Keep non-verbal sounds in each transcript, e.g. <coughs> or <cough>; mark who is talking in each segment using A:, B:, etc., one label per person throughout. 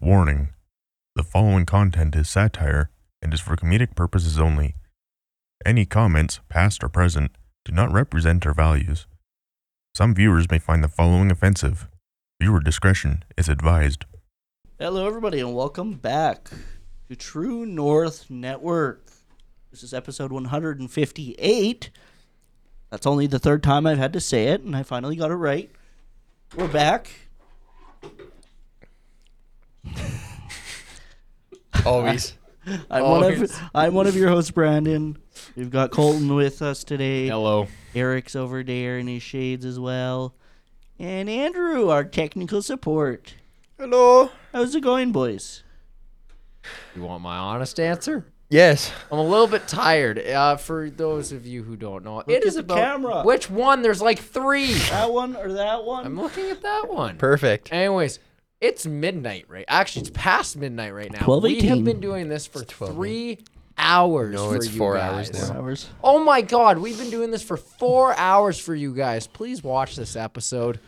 A: Warning The following content is satire and is for comedic purposes only. Any comments, past or present, do not represent our values. Some viewers may find the following offensive. Viewer discretion is advised.
B: Hello, everybody, and welcome back to True North Network. This is episode 158. That's only the third time I've had to say it, and I finally got it right. We're back.
C: Always.
B: I'm, one
C: Always.
B: of, I'm one of your hosts, Brandon. We've got Colton with us today.
C: Hello.
B: Eric's over there in his shades as well. And Andrew, our technical support.
D: Hello.
B: How's it going, boys?
C: You want my honest answer?
D: Yes.
C: I'm a little bit tired. Uh, for those of you who don't know, it
B: at
C: is
B: the
C: about
B: camera.
C: which one? There's like three.
B: That one or that one?
C: I'm looking at that one.
D: Perfect.
C: Anyways, it's midnight, right? Actually, it's past midnight right now.
B: 12:18.
C: We have been doing this for three hours.
D: No,
C: for
D: it's
C: you
D: four hours
C: guys.
D: now.
B: Hours.
C: Oh my God, we've been doing this for four hours for you guys. Please watch this episode.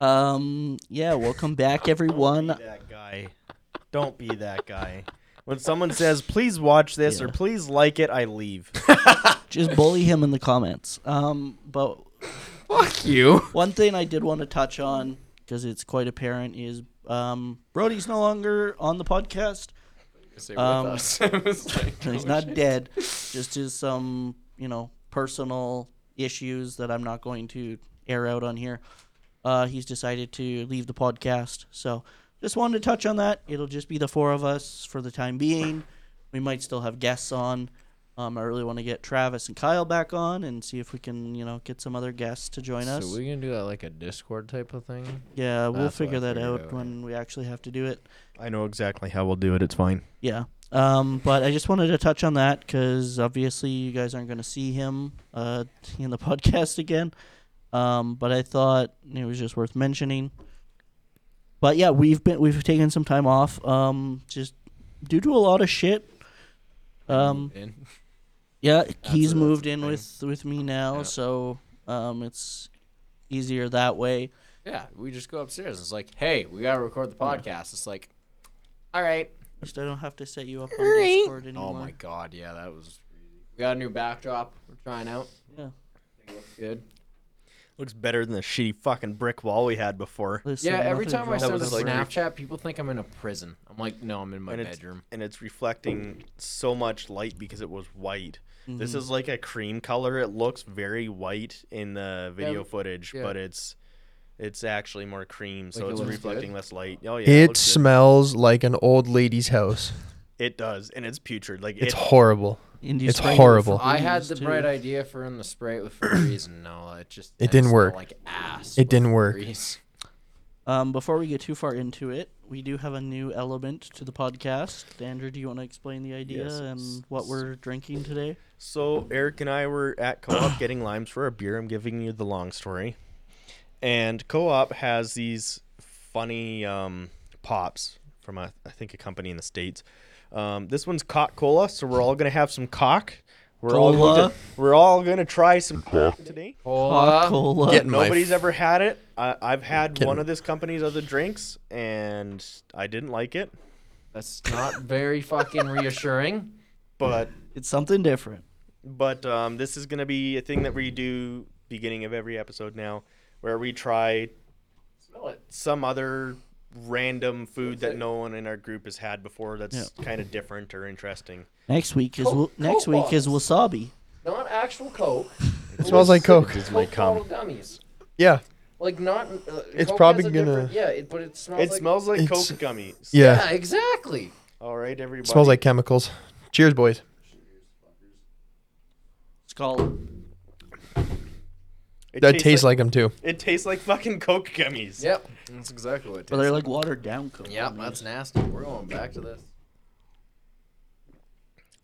B: Um. Yeah. Welcome back, everyone.
D: That guy. Don't be that guy. When someone says, please watch this or please like it, I leave.
B: Just bully him in the comments. Um. But
C: Fuck you.
B: one thing I did want to touch on because it's quite apparent is um Brody's no longer on the podcast. Um, us. <laughs> He's not dead. Just is some you know personal issues that I'm not going to air out on here. Uh, he's decided to leave the podcast. So just wanted to touch on that. It'll just be the four of us for the time being. We might still have guests on. Um, I really want to get Travis and Kyle back on and see if we can, you know, get some other guests to join us.
C: So we're gonna do that like a Discord type of thing.
B: yeah, we'll
C: That's what I
B: figure that
C: figured
B: out
C: out,
B: when we actually have to do it.
D: I know exactly how we'll do it. It's fine.
B: Yeah. Um, but I just wanted to touch on that because obviously you guys aren't going to see him uh, <laughs> in the podcast again. Um, but I thought it was just worth mentioning. But yeah, we've been we've taken some time off, um, just due to a lot of shit. Um,
C: And-
B: yeah, he's
C: a- that's
B: moved
C: a
B: in
C: thing.
B: with with me now,
C: Yeah.
B: so um, it's easier that way.
C: Yeah, we just go upstairs. It's like, hey, we gotta record the podcast. It's like, all right.
B: Just I don't have to set you up on Discord anymore.
C: Oh my god, yeah, that was. We got a new backdrop. We're trying out.
B: Yeah.
C: It looks good.
D: Looks better than the shitty fucking brick wall we had before.
B: Listen,
C: Yeah, every
B: nothing's
C: time I
B: wrong
C: send a
B: with
D: was
B: us.
D: like-
C: Snapchat, people think I'm in a prison. I'm like, no, I'm in my
D: And it's,
C: bedroom.
D: and it's reflecting so much light because it was white. This
C: Mm-hmm.
D: is like a cream color. It looks very white in the video
C: but-
D: footage,
C: yeah.
D: but it's it's actually more cream, so
C: Like, it
D: it's
C: looks
D: reflecting
C: good?
D: less light. Oh yeah,
E: It
D: looks good.
E: smells like an old lady's house.
D: It does, and it's putrid. Like
E: It's
D: it,
E: horrible.
B: Indie
E: It's
B: Spring
E: horrible.
B: for
C: I had
B: Bees,
C: the
B: too.
C: bright idea for in the sprite <clears throat> with Febreze, and no, it just
E: It
C: I
E: didn't
C: smell
E: work.
C: Like ass.
E: It
C: with
E: didn't work. <laughs>
C: Febreze.
B: Um, before we get too far into it, we do have a new element to the podcast. Andrew, do you want to explain the idea
D: Yes.
B: and what we're drinking today? <laughs>
D: So Eric and I were at Co-op getting limes for a beer. I'm giving you the long story. And Co-op has these funny um, pops from a, I think a company in the states. Um, this one's cock cola, so we're all gonna have some cock. We're all
B: Cola.
D: going to, we're all gonna try some cock today.
C: Hola.
B: Cola.
E: Get my
D: Nobody's
E: f-
D: ever had it. I, I've had one of this company's other drinks, and I didn't like it.
C: That's not very fucking reassuring.
D: But
B: It's something different.
D: But um, this is going to be a thing that we do beginning of every episode now, where we try
C: Smell it.
D: some other random food that no one in our group has had before that's kind of different or interesting.
B: Next week is
C: Co-
B: wa- next
C: Coke
B: week is wasabi.
C: Not actual Coke.
E: It smells like Coke.
D: my
C: Coke
D: cum.
C: bottle gummies.
E: Yeah.
C: Like not. Uh,
E: It's
C: Coke
E: probably
C: has a different-
E: gonna-
C: Yeah, it, but it smells.
D: It
C: like,
D: smells like Coke
E: It's-
D: gummies.
E: Yeah.
C: <laughs> Yeah, exactly.
D: All right, everybody.
E: It smells like chemicals. Cheers, boys.
B: It's called
D: It
E: That tastes like them too.
D: It tastes like fucking Coke gummies.
C: Yep, that's exactly what. It
B: but they're like watered down Coke.
C: Yep, that's nasty. We're going back to this.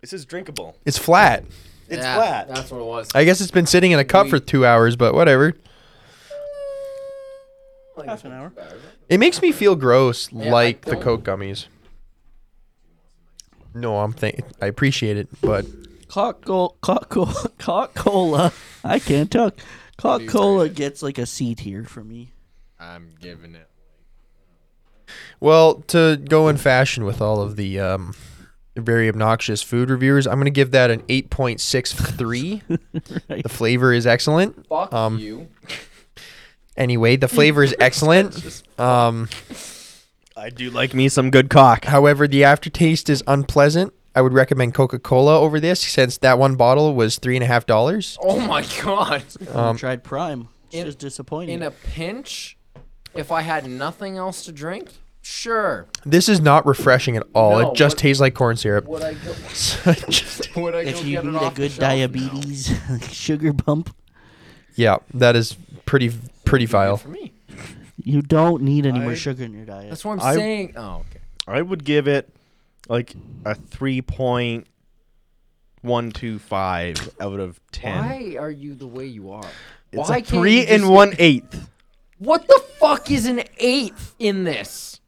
D: This is drinkable.
E: It's flat.
D: It's
C: Yeah,
D: flat.
C: That's what it was.
E: I guess it's been sitting in a cup for two hours, but whatever.
C: Like,
B: half an hour.
E: It makes me feel gross,
C: Yeah, I
E: like the
C: don't-
E: Coke gummies. No, I'm thank. I appreciate it, but
B: Cock Cola. Cock <laughs> Cola. Cock Cola. I can't talk. Cock Cola gets like a C tier for me.
C: I'm giving it.
E: Well, to go in fashion with all of the um, very obnoxious food reviewers, I'm going to give that an
C: <laughs>
E: 8.63.
B: Right.
E: The flavor is excellent.
C: Fuck
E: Um,
C: you.
E: Anyway, the flavor
C: <laughs>
E: is excellent. Um,
D: I do like me some good cock.
E: however, the aftertaste is unpleasant. I would recommend Coca Cola over this since that one bottle was three and a half dollars.
C: Oh my <laughs> god.
E: Um,
B: I tried Prime. It's
C: in-
B: just disappointing.
C: In a pinch, if I had nothing else to drink, sure.
E: This is not refreshing at all.
C: No,
E: it just
C: what-
E: tastes like corn syrup. <laughs>
C: Would I go?
E: Just-
C: Would I go
B: if you
C: get it
B: need a
C: off the
B: good
C: shelf?
B: diabetes <laughs> sugar bump,
E: yeah, that is pretty pretty
C: Good
E: vile.
C: for me.
B: you don't need any
D: I-
B: more sugar in your diet.
C: That's what I'm
D: I-
C: saying. Oh, okay.
D: I would give it like a three point one two five out of ten.
C: Why are you the way you are?
D: It's
C: Why
D: a
C: can't you
D: three
C: just-
D: and one eighth.
C: What the fuck is an eighth in this?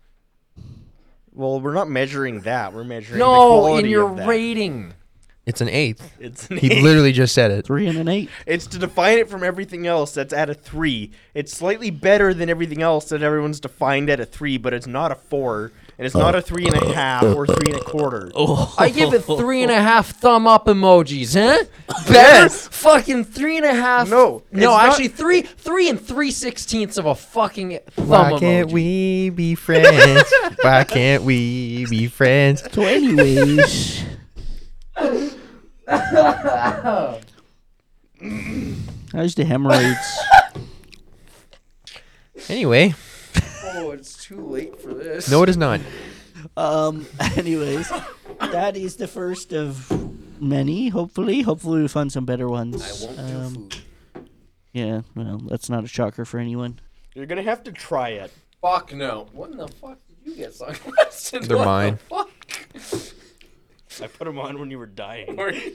D: Well, we're not measuring that. We're measuring the
C: No,
D: quality
C: in your
D: of that.
C: rating.
E: It's an eighth.
D: <laughs> It's an
E: He
C: <laughs>
D: eight.
E: literally just said it.
B: Three and an eight.
D: It's to define it from everything else that's at a three. It's slightly better than everything else that everyone's defined at a three, but it's not a four, and it's not a three and a half or three and a quarter.
C: I give it three and a half thumb up emojis, huh? Better
D: Yes.
C: fucking three and a half.
D: No, it's
C: no,
D: not-
C: actually three, three and three sixteenths of a fucking thumb
E: Why
C: emoji.
E: can't we be friends? Why can't we be friends?
B: So,
C: <laughs>
B: anyways, how's the hemorrhoids? <laughs>
E: Anyway,
C: Oh, it's too late for this.
E: no, it is not.
B: um. Anyways, that is the first of many. Hopefully, hopefully we find some better ones. um, Yeah. Well, that's not a shocker for anyone.
D: You're gonna have to try it.
C: Fuck no. What in the fuck did you get sunglasses?
E: They're
C: What the
E: mine.
C: <laughs> fuck?
D: I put them on when you were dying.
C: Were you-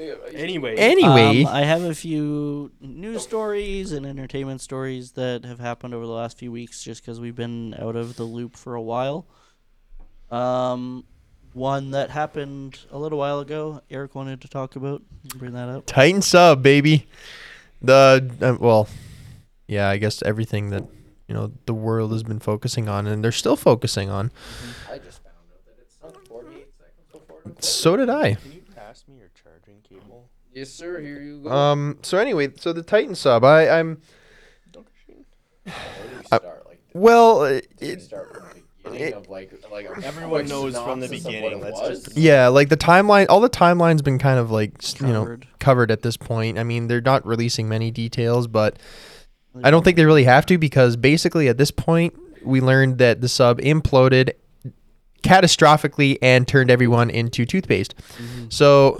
C: Yeah, I-
D: Anyway,
E: Anyway,
B: Um, I have a few news stories and entertainment stories that have happened over the last few weeks just because we've been out of the loop for a while. Um, one that happened a little while ago, Eric wanted to talk about. You can Bring that up.
E: Titan sub, baby. The uh, well, yeah, I guess everything that you know the world has been focusing on, and they're still focusing on.
C: I just found out that it's not 48 seconds before.
E: So did I.
D: can you pass me your charging cable?
C: Yes, sir. Here you go. <laughs>
E: Um. So anyway, so the Titan sub, I, I'm <sighs>
C: Where do we start? Like,
E: well. It,
C: we start from the beginning of like, like a
D: Everyone
C: quick
D: knows from the
C: synopsis of what
D: beginning,
C: it
D: let's
C: was?
D: just-
E: yeah, like the timeline. All the timeline's been kind of like s- you know
B: Covered.
E: covered at this point. I mean, they're not releasing many details, but I don't think they really have to because basically at this point we learned that the sub imploded catastrophically and turned everyone into toothpaste. So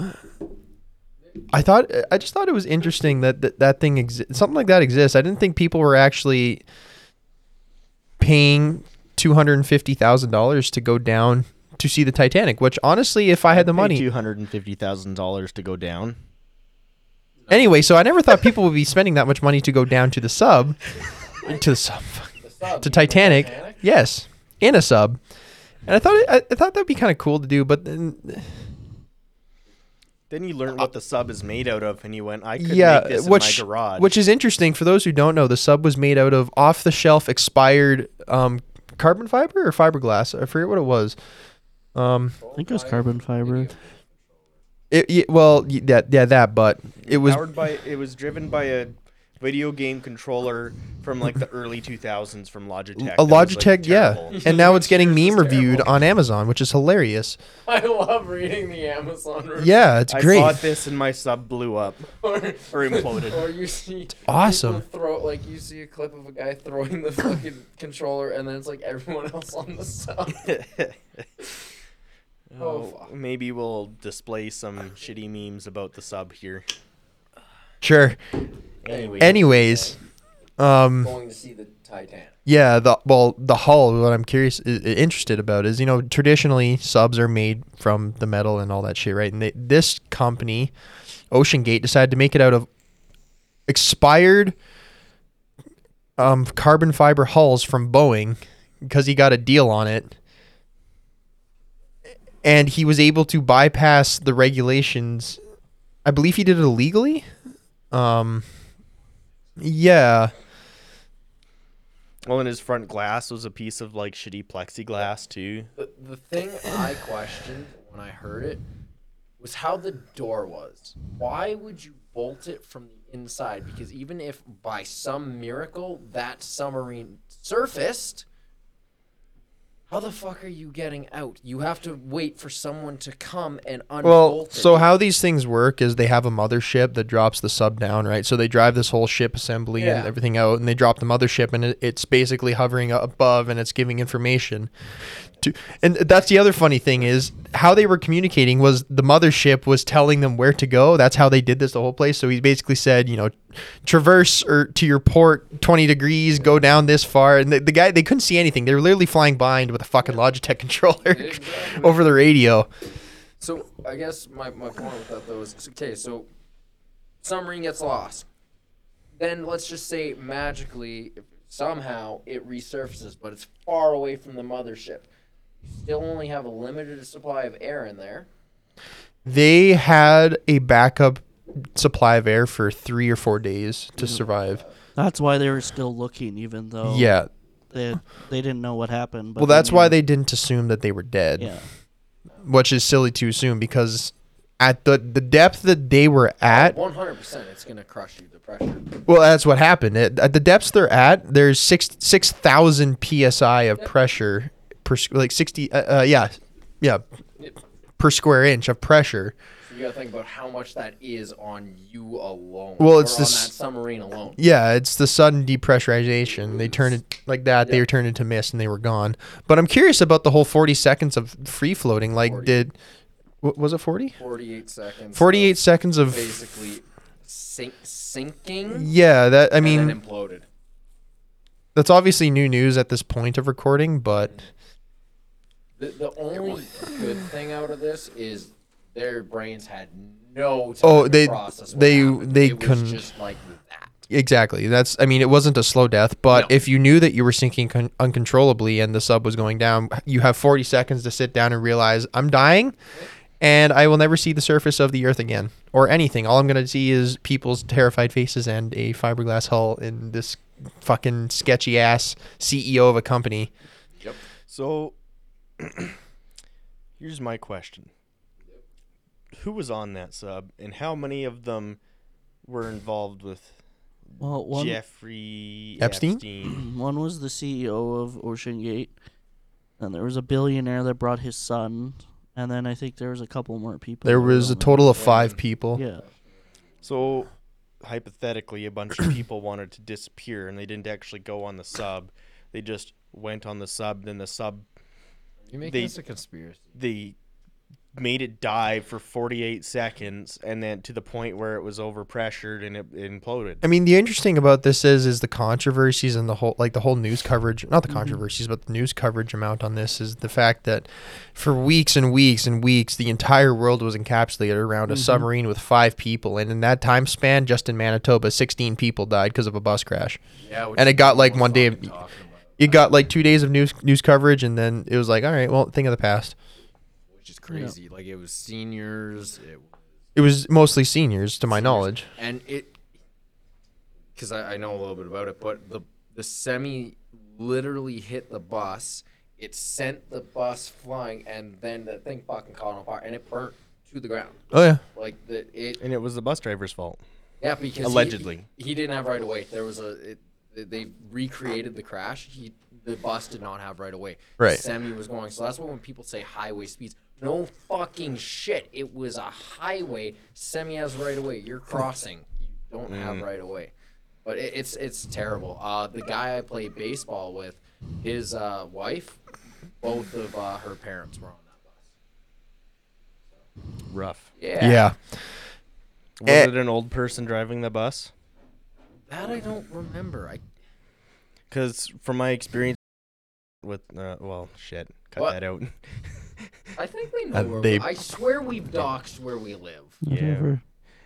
E: I thought I just thought it was interesting that that, that thing exists something like that exists. I didn't think people were actually paying $250,000 to go down to see the Titanic, which honestly if I had the money
D: Two hundred and fifty thousand dollars to go down.
E: Anyway, so I never thought people would be spending that much money to go down to the sub, to the sub, to Titanic. Yes, in a sub, and I thought it, I, I thought that'd be kind of cool to do. But then,
D: Then you learn what the sub is made out of, and you went, "I could
E: yeah,
D: make this
E: which
D: in my garage."
E: which is interesting for those who don't know, the sub was made out of off-the-shelf expired um, carbon fiber or fiberglass. I forget what it was. Um,
B: I think it was carbon fiber.
E: it, it- well, y- yeah, yeah, that, but it was
D: powered by it was driven by a video game controller from like the early 2000s from Logitech. that
E: a
D: was, like,
E: Logitech, yeah,
D: terrible.
E: and now it's getting meme reviewed on Amazon, which is hilarious.
C: I love reading the Amazon review.
E: Yeah, it's
D: I
E: great.
D: bought this and my sub blew up
C: Or, <laughs>
D: or imploded.
C: or you see
E: awesome.
C: people throw like you see a clip of a guy throwing the fucking <coughs> controller and then it's like everyone else on the sub. Oh, fuck.
D: maybe we'll display some shitty memes about the sub here.
E: Sure.
C: Anyway,
E: Anyways, um,
C: going to see the Titanic.
E: yeah, the well, the hull. What I'm curious, i- i- interested about is you know traditionally subs are made from the metal and all that shit, right? And they, this company, Ocean Gate, decided to make it out of expired um, carbon fiber hulls from Boeing because he got a deal on it. And he was able to bypass the regulations. I believe he did it illegally. Um, yeah.
D: Well, in his front glass was a piece of like shitty plexiglass too.
C: The, the thing I questioned when I heard it was how the door was. Why would you bolt it from the inside? Because even if by some miracle that submarine surfaced, how the fuck are you getting out? You have to wait for someone to come and unbolt
E: Well,
C: it.
E: so how these things work is they have a mothership that drops the sub down, right? So they drive this whole ship assembly
C: Yeah.
E: and everything out, and they drop the mothership, and it, it's basically hovering above, and it's giving information. To and that's the other funny thing is how they were communicating was the mothership was telling them where to go. That's how they did this the whole place. So he basically said, you know, traverse or to your port twenty degrees, go down this far, and the, the guy they couldn't see anything. They were literally flying blind with a fucking Logitech <laughs> controller
C: Exactly.
E: over the radio.
C: So I guess my, my point with that though is okay. So submarine gets lost. Then let's just say magically if somehow it resurfaces, but it's far away from the mothership. You still only have a limited supply of air in there.
E: they had a backup supply of air for three or four days to survive.
B: That's why they were still looking, even though
E: Yeah.
B: they, they didn't know what happened. But
E: Well, that's why
B: knew-
E: they didn't assume that they were dead,
B: Yeah.
E: which is silly to assume because at the the depth that they were at,
C: One hundred percent, it's gonna crush you. The pressure.
E: well, that's what happened. At, at the depths they're at, there's six six thousand psi of pressure per s- like sixty. Uh, uh, yeah, yeah, per square inch of pressure.
C: So you gotta think about how much that is on you alone.
E: Well, it's
C: or
E: this-
C: on that submarine alone.
E: Yeah, it's the sudden depressurization. They turned it like that. They were turned into mist and they were gone. But I'm curious about the whole 40 seconds of free floating. Like, did wa- was it 40?
C: Forty-eight seconds. of
E: 48 seconds of
C: Basically, sink, sinking.
E: yeah. That I
C: and
E: mean,
C: then imploded.
E: that's obviously new news at this point of recording. But
C: The, the only good
E: <laughs>
C: thing out of this is their brains had no time
E: Oh, they-
C: to process what
E: they-
C: happened.
E: they
C: it
E: couldn't-
C: was just like that.
E: exactly, that's I mean, it wasn't a slow death. But
C: No.
E: if you knew that you were sinking con- uncontrollably and the sub was going down, you have 40 seconds to sit down and realize I'm dying. And I will never see the surface of the earth again or anything. All I'm going to see is people's terrified faces and a fiberglass hull in this fucking sketchy ass CEO of a company.
D: So <clears throat> here's my question. Who was on that sub and how many of them were involved with
B: Well, one,
D: Jeffrey
E: Epstein?
D: Epstein?
B: one was the CEO of Ocean Gate, and there was a billionaire that brought his son, and then I think there was a couple more people.
E: There
B: that were
E: was a
B: on it.
E: total of five people.
B: Yeah.
D: So hypothetically a bunch of people wanted to disappear and they didn't actually go on the sub. They just went on the sub, then the sub
C: You make
D: They- this
C: a conspiracy.
D: they made it dive for 48 seconds and then to the point where it was overpressured and it imploded.
E: I mean, the interesting about this is is the controversies and the whole like the whole news coverage, not the controversies, but the news coverage amount on this is the fact that for weeks and weeks and weeks, the entire world was encapsulated around a submarine with five people, and in that time span, just in Manitoba, sixteen people died because of a bus crash.
C: Yeah, which
E: And it
C: is
E: got,
C: what
E: like,
C: we're
E: one day-
C: fucking talking about,
E: It got like two days of news news coverage, and then it was like, all right, well, thing of the past.
C: which is crazy. Like it was seniors, it,
E: It was mostly seniors, to my knowledge.
C: and it because I, I know a little bit about it, but the the semi literally hit the bus. It sent the bus flying, and then the thing fucking caught on fire, and it burnt to the ground.
E: Oh yeah,
C: Like the it
D: And it was the bus driver's fault.
C: Yeah, because he-
D: Allegedly.
C: he, didn't have right of way. There was a it, they- they recreated the crash. He the bus did not have right of way.
E: Right.
C: Semi was going. So that's why when people say highway speeds, no fucking shit. It was a highway. Semi has right of way. You're crossing. You don't have right of way. But it, it's it's terrible. Uh, the guy I played baseball with, his uh, wife, both of uh, her parents were on that bus.
D: Rough.
C: Yeah.
E: yeah.
D: Was
E: Eh.
D: it an old person driving the bus?
C: That I don't remember. I
D: Because from my experience with, uh, well, shit, cut
C: What?
D: that out. <laughs>
C: I think they know
E: Uh,
C: where
E: they-
C: we, I swear we've doxed where we live.
D: yeah.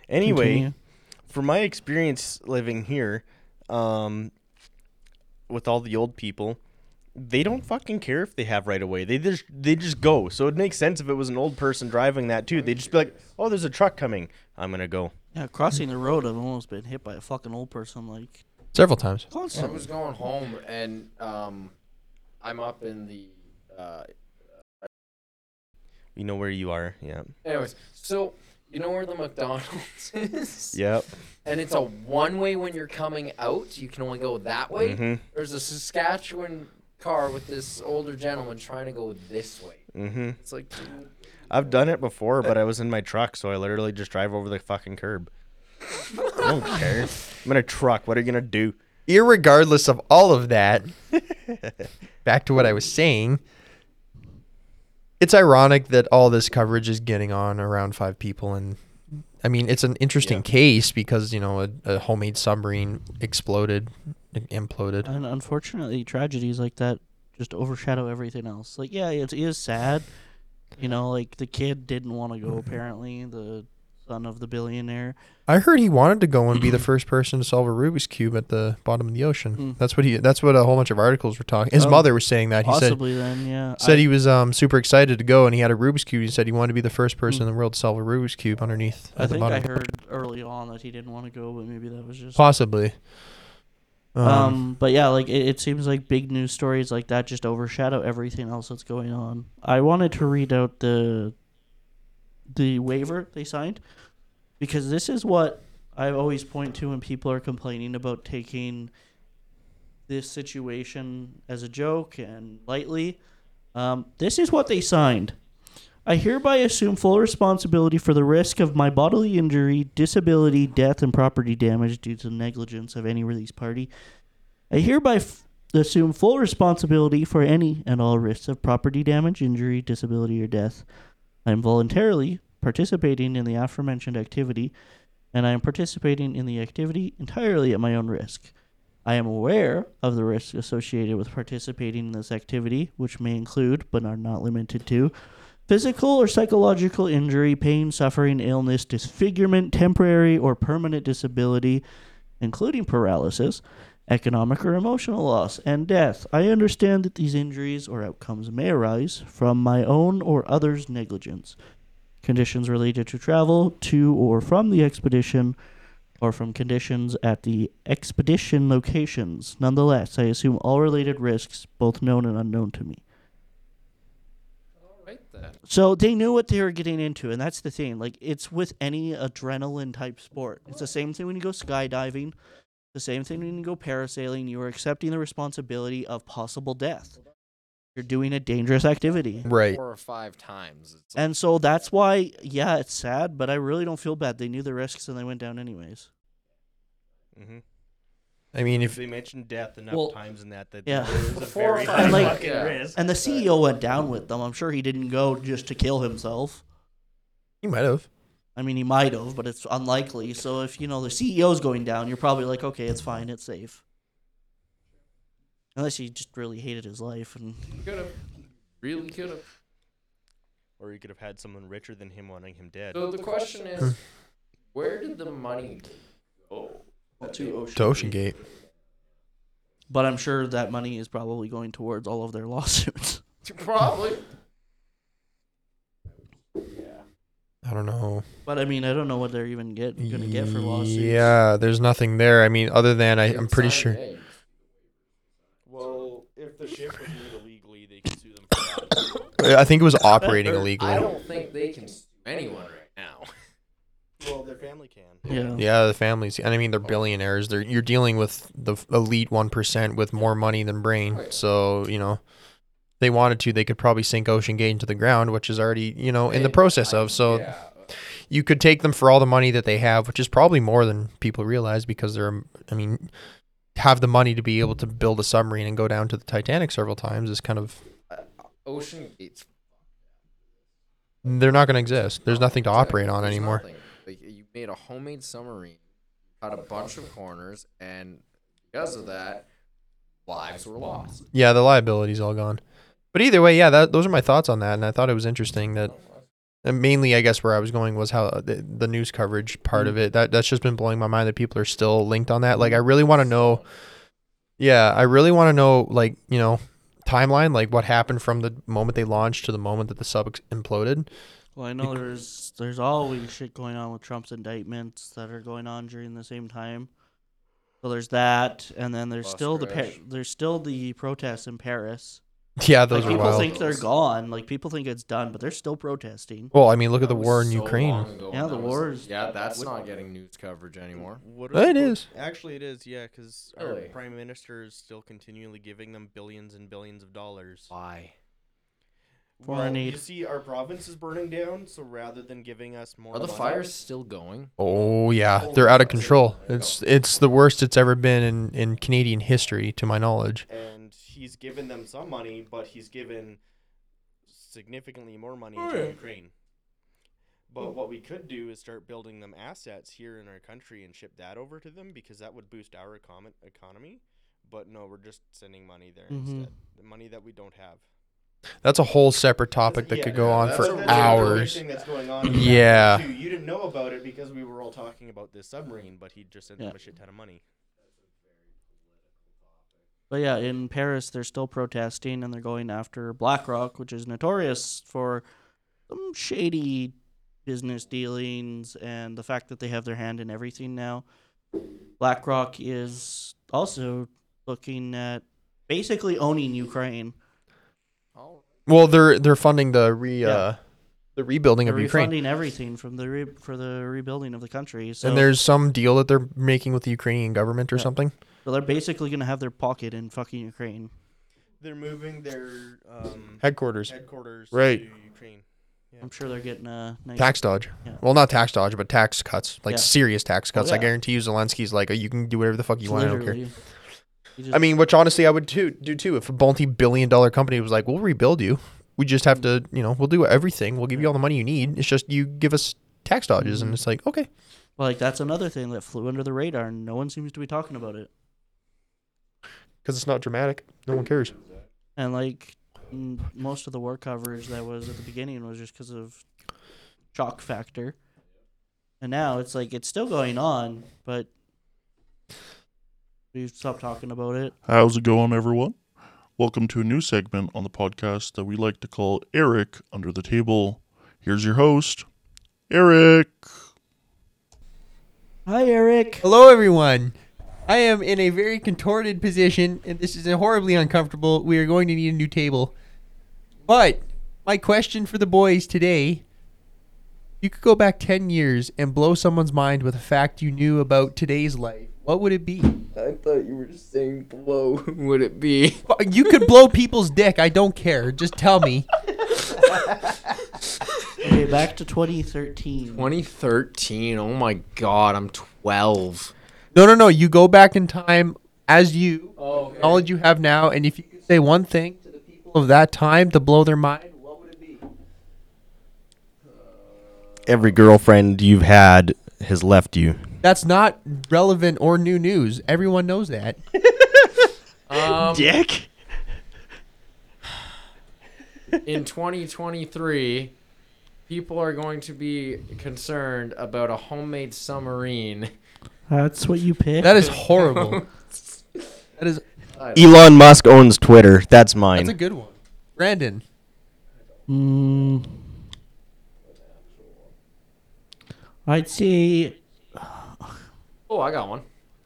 D: Anyway, from my experience living here, um, with all the old people, they don't fucking care if they have right of way. They just they just go. So it makes sense if it was an old person driving that too. They'd just be like, "Oh, there's a truck coming. I'm gonna go."
B: Yeah, crossing the road, I've almost been hit by a fucking old person. Like,
E: several times.
C: I
B: Constantly.
C: was going home and um, I'm up in the. Uh,
D: You know where you are. Yeah.
C: anyways, so you know where the McDonald's <laughs> is?
D: Yep.
C: And it's a one way when you're coming out. You can only go that way.
E: Mm-hmm.
D: Mhm.
C: There's a Saskatchewan car with this older gentleman trying to go this way.
D: Mm-hmm.
C: It's like, dude,
D: I've done it before, but I was in my truck, so I literally just drive over the fucking curb. I don't care. I'm in a truck. What are you gonna do?
E: Irregardless of all of that, <laughs> back to what I was saying. It's ironic that all this coverage is getting on around five people, and I mean it's an interesting case because you know a, a homemade submarine exploded, imploded.
B: And unfortunately, tragedies like that just overshadow everything else. Like, yeah, it is sad. You know, like the kid didn't want to go, apparently, the son of the billionaire.
E: I heard he wanted to go and <clears throat> be the first person to solve a Rubik's cube at the bottom of the ocean. That's what he. That's what a whole bunch of articles were talking. His
B: Hmm. Oh.
E: mother was saying that he said
B: Possibly then, yeah.
E: said
B: I-
E: he was um, super excited to go and he had a Rubik's cube. He said he wanted to be the first person in the world to solve a Rubik's cube underneath
B: I
E: at the
B: think
E: bottom.
B: I
E: of the-
B: heard early on that he didn't want to go, but maybe that was just.
E: Possibly. Um,
B: Um, but yeah, like it, it seems like big news stories like that just overshadow everything else that's going on. I wanted to read out the the waiver they signed because this is what I always point to when people are complaining about taking this situation as a joke and lightly. Um, this is what they signed. I hereby assume full responsibility for the risk of my bodily injury, disability, death, and property damage due to negligence of any release party. I hereby f- assume full responsibility for any and all risks of property damage, injury, disability, or death. I am voluntarily participating in the aforementioned activity, and I am participating in the activity entirely at my own risk. I am aware of the risks associated with participating in this activity, which may include, but are not limited to, physical or psychological injury, pain, suffering, illness, disfigurement, temporary or permanent disability, including paralysis, economic or emotional loss, and death. I understand that these injuries or outcomes may arise from my own or others' negligence. Conditions related to travel to or from the expedition or from conditions at the expedition locations. Nonetheless, I assume all related risks, both known and unknown to me.
C: right then.
B: So they knew what they were getting into, and that's the thing. Like it's with any adrenaline type sport. It's the same thing when you go skydiving, the same thing when you go parasailing. You are accepting the responsibility of possible death. You're doing a dangerous activity.
E: right.
C: Four or five times. It's like,
B: And so that's why, yeah, it's sad, but I really don't feel bad. They knew the risks and they went down anyways.
D: Mm-hmm.
E: I mean,
D: If
E: if
D: they mentioned death enough
B: Well,
D: times in that, that
B: yeah.
D: there is a
C: Four or
D: very
C: five,
D: high
B: like-
D: fucking
C: yeah.
D: risk.
B: And the CEO went down with them. I'm sure he didn't go just to kill himself.
E: you might have.
B: I mean, he might have, but it's unlikely. So if you know the CEO's going down, you're probably like, okay, it's fine, it's safe. Unless he just really hated his life, and
C: could have. Really could have.
D: Or you could have had someone richer than him wanting him dead.
C: So the question is where did the money go?
E: To Ocean Gate.
B: but I'm sure that money is probably going towards all of their <laughs> lawsuits.
C: Probably.
E: I don't know.
B: But I mean, I don't know what they're even get gonna get for lawsuits.
E: Yeah, there's nothing there. I mean, other than I, I'm pretty sure.
D: Well, if the ship was made illegally, they could sue them for that.
E: I think
B: <laughs>
E: it was operating illegally.
C: I don't think they can sue anyone right now.
D: Well, their family can.
B: yeah.
E: Yeah, the families, and I mean they're billionaires. They're you're dealing with the f- elite one percent with more money than brain. So you know, they wanted to, they could probably sink Ocean Gate into the ground, which is already you know in the process of. So
C: Yeah.
E: you could take them for all the money that they have, which is probably more than people realize because they're, I mean, have the money to be able to build a submarine and go down to the Titanic several times is kind of
C: Ocean Gate's
E: they're not going to exist. There's nothing to
C: Exactly.
E: operate on
C: There's
E: anymore.
C: nothing. Like, you made a homemade submarine, cut a bunch of corners, and because of that, lives were lost.
E: Yeah, the liability's all gone. But either way, yeah, that, those are my thoughts on that, and I thought it was interesting that. And mainly, I guess where I was going was how uh, the, the news coverage part
C: Mm.
E: of it. That that's just been blowing my mind that people are still linked on that. Like, I really want to know. Yeah, I really want to know, like you know, timeline, like what happened from the moment they launched to the moment that the sub ex- imploded. <laughs>
B: Well, I know there's there's always shit going on with Trump's indictments that are going on during the same time. So there's that, and then there's
C: Bus
B: still the par-
C: crash.
B: there's still the protests in Paris.
E: Yeah, those
B: like
E: are
B: people
E: wild.
B: think they're gone. Like people think it's done, but they're still protesting.
E: well, I mean, look at the
C: That was
E: war in
C: so
E: Ukraine.
C: long ago,
B: Yeah,
C: and
B: the
C: that
B: war
C: was-
B: is-
C: Yeah, that's
D: What-
C: not getting news coverage anymore.
D: What
E: Yeah, it
D: what-
E: is.
D: Actually, it is. Yeah, because
C: Really?
D: our prime minister is still continually giving them billions and billions of dollars.
C: Why?
B: Foreign aid.
D: You see, our province is burning down, so rather than giving us more,
C: Are the
D: money-
C: fires still going?
E: Oh yeah, they're out of control. It's it's the worst it's ever been in, in Canadian history, to my knowledge.
D: and he's given them some money, but he's given significantly more money
C: Oh,
D: to
C: yeah.
D: Ukraine. But what we could do is start building them assets here in our country and ship that over to them because that would boost our econ- economy. But no, we're just sending money there
B: Mhm.
D: instead. The money that we don't have.
E: That's a whole separate topic that
D: Yeah,
E: could go on
C: that's a
E: for
C: really
E: hours.
D: Thing that's going on in
E: Yeah.
D: that too. You didn't know about it because we were all talking about this submarine, but he just sent
B: Yeah.
D: them a shit ton of money.
B: But yeah, in Paris, they're still protesting and they're going after BlackRock, which is notorious for some shady business dealings and the fact that they have their hand in everything now. BlackRock is also looking at basically owning Ukraine.
C: Oh,
E: Well, they're they're funding the re uh, the rebuilding
B: They're
E: of Ukraine.
B: refunding everything from the re- for the rebuilding of the country. So
E: And there's some deal that they're making with the Ukrainian government or
B: Yeah.
E: something.
B: so they're basically going to have their pocket in fucking Ukraine.
D: They're moving their um,
E: Headquarters.
D: headquarters
E: Right.
D: to Ukraine.
B: I'm sure they're getting a nice
E: Tax dodge.
B: Yeah.
E: Well, not tax dodge, but tax cuts. Like
B: Yeah.
E: serious tax
B: Oh,
E: cuts. I
B: yeah.
E: guarantee you Zelensky's like, oh, you can do whatever the fuck you want. I don't care.
B: Literally. You just-
E: I mean, which honestly I would too, do too. If a multi-billion dollar company was like, "We'll rebuild you. We just have to, you know, we'll do everything. We'll give you all the money you need. It's just you give us tax dodges."
B: Mm-hmm.
E: And it's like, okay,
B: Well, like that's another thing that flew under the radar, and no one seems to be talking about it.
E: because it's not dramatic. No one cares.
B: And like m- Mm, most of the war coverage that was at the beginning was just because of shock factor, and now it's like it's still going on, but we've stopped talking about it.
F: How's it going, everyone? Welcome to a new segment on the podcast that we like to call Eric Under the Table. Here's your host, Eric.
B: Hi, Eric.
E: Hello, everyone. I am in a very contorted position, and this is horribly uncomfortable. We are going to need a new table. But my question for the boys today: You could go back ten years and blow someone's mind with a fact you knew about today's life. What would it be?
C: I thought you were just saying blow. <laughs> Would it be?
E: Fu- You could
C: <laughs>
E: blow people's dick. I don't care. Just tell me.
B: Okay, back to 2013.
C: 2013. Oh my God, I'm 12.
E: No, no, no. You go back in time as you,
C: Oh, okay.
E: knowledge you have now, and if you could say one thing to the people of that time to blow their mind, what would it be?
D: Every girlfriend you've had has left you.
E: That's not relevant or new news. Everyone knows that.
C: <laughs> Um,
D: Dick.
C: in 2023, people are going to be concerned about a homemade submarine.
B: That's what you picked.
E: That is horrible. that is
D: Elon Musk owns Twitter. That's mine.
E: that's a good one. Brandon,
B: Mm. I'd say.
C: Oh, I got one.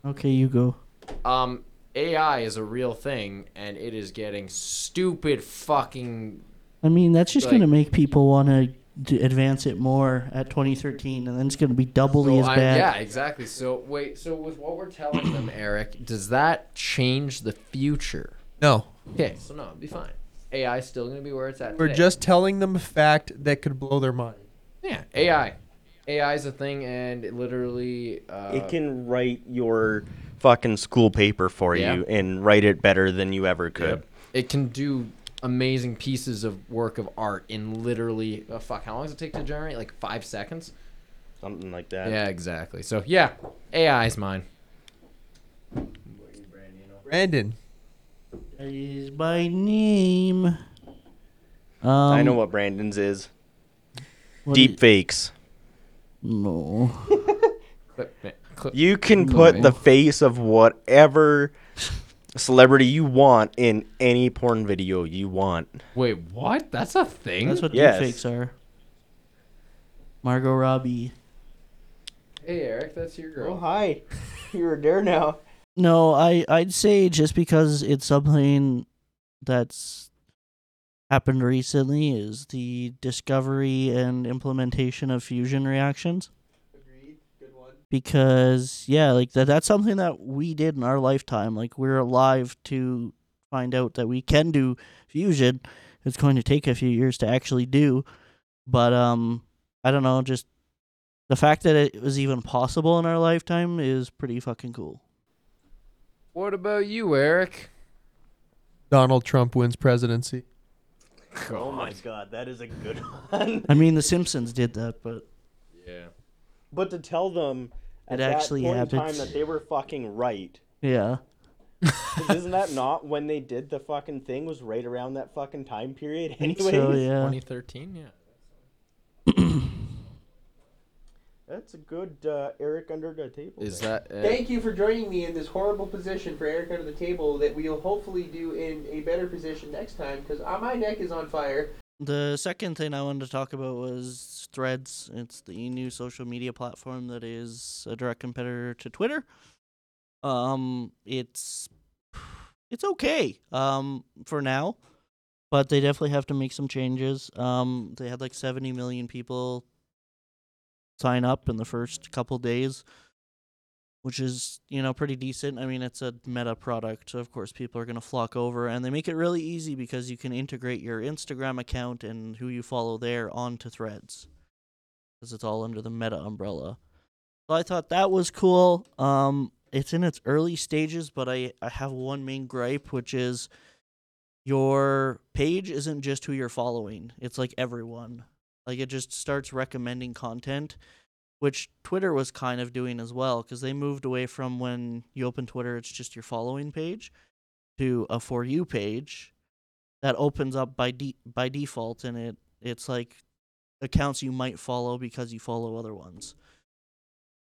B: Okay, you go.
C: Um, AI is a real thing, and it is getting stupid fucking.
B: I mean, that's just
C: Like-
B: going to make people want to d- advance it more at 2013, and then it's going to be doubly
C: So
B: as
C: I-
B: bad.
C: yeah, exactly. So wait, so with what we're telling them, <clears throat> Eric, does that change the future?
E: no.
C: Okay, so no, it'd be fine. AI is still gonna be where it's at.
E: We're
C: today.
E: just telling them a fact that could blow their mind.
C: yeah, AI. AI is a thing, and it literally. Uh,
D: It can write your fucking school paper for
C: Yeah.
D: you and write it better than you ever could.
C: It can do amazing pieces of work of art in literally. Oh, fuck, how long does it take to generate? Like five seconds?
D: Something like that.
C: Yeah, exactly. So yeah, AI is mine.
E: Brandon,
B: That is my name. Um,
D: I know what Brandon's is.
B: what
D: Deep
B: it-
D: fakes.
B: no.
C: Clip, clip.
D: You can put the face of whatever celebrity you want in any porn video you want.
C: Wait, what? That's a thing.
B: That's what
D: Yes.
B: deepfakes are. Margot Robbie.
C: hey, Eric, that's your girl.
D: <laughs> hi. You're there now.
B: No, I I'd say just because it's something that's happened recently is the discovery and implementation of fusion reactions. Agreed. Good one. Because yeah, like that that's something that we did in our lifetime. Like we're alive to find out that we can do fusion. It's going to take a few years to actually do. But um I don't know, just the fact that it was even possible in our lifetime is pretty fucking cool.
C: What about you, Eric?
E: Donald Trump wins presidency.
D: Oh my god, that is a good <laughs> one.
B: I mean, The Simpsons did that, but
C: <laughs> Yeah.
D: but to tell them
B: It
D: at
B: actually
D: that point in
B: happened.
D: time that they were fucking right.
B: yeah.
D: 'Cause Isn't that not when they did the fucking thing? Was right around that fucking time period.
B: think
D: Anyway,
B: So yeah,
C: 2013, yeah.
D: that's a good uh, Eric under the table.
C: Is
D: there.
C: that it?
E: Thank you for joining me in this horrible position for Eric under the table that we'll hopefully do in a better position next time because my neck is on fire.
B: the second thing I wanted to talk about was Threads. It's the new social media platform that is a direct competitor to Twitter. Um, it's it's okay. Um, for now, but they definitely have to make some changes. Um, they had like 70 million people sign up in the first couple days, which is you know pretty decent. I mean, it's a Meta product, so of course people are gonna flock over, and they make it really easy because you can integrate your Instagram account and who you follow there onto Threads, because it's all under the Meta umbrella. So I thought that was cool. Um, it's in its early stages, but I I have one main gripe, which is your page isn't just who you're following, it's like everyone. Like it just starts recommending content, which Twitter was kind of doing as well because they moved away from when you open Twitter, it's just your following page to a for you page that opens up by de- by default and it it's like accounts you might follow because you follow other ones.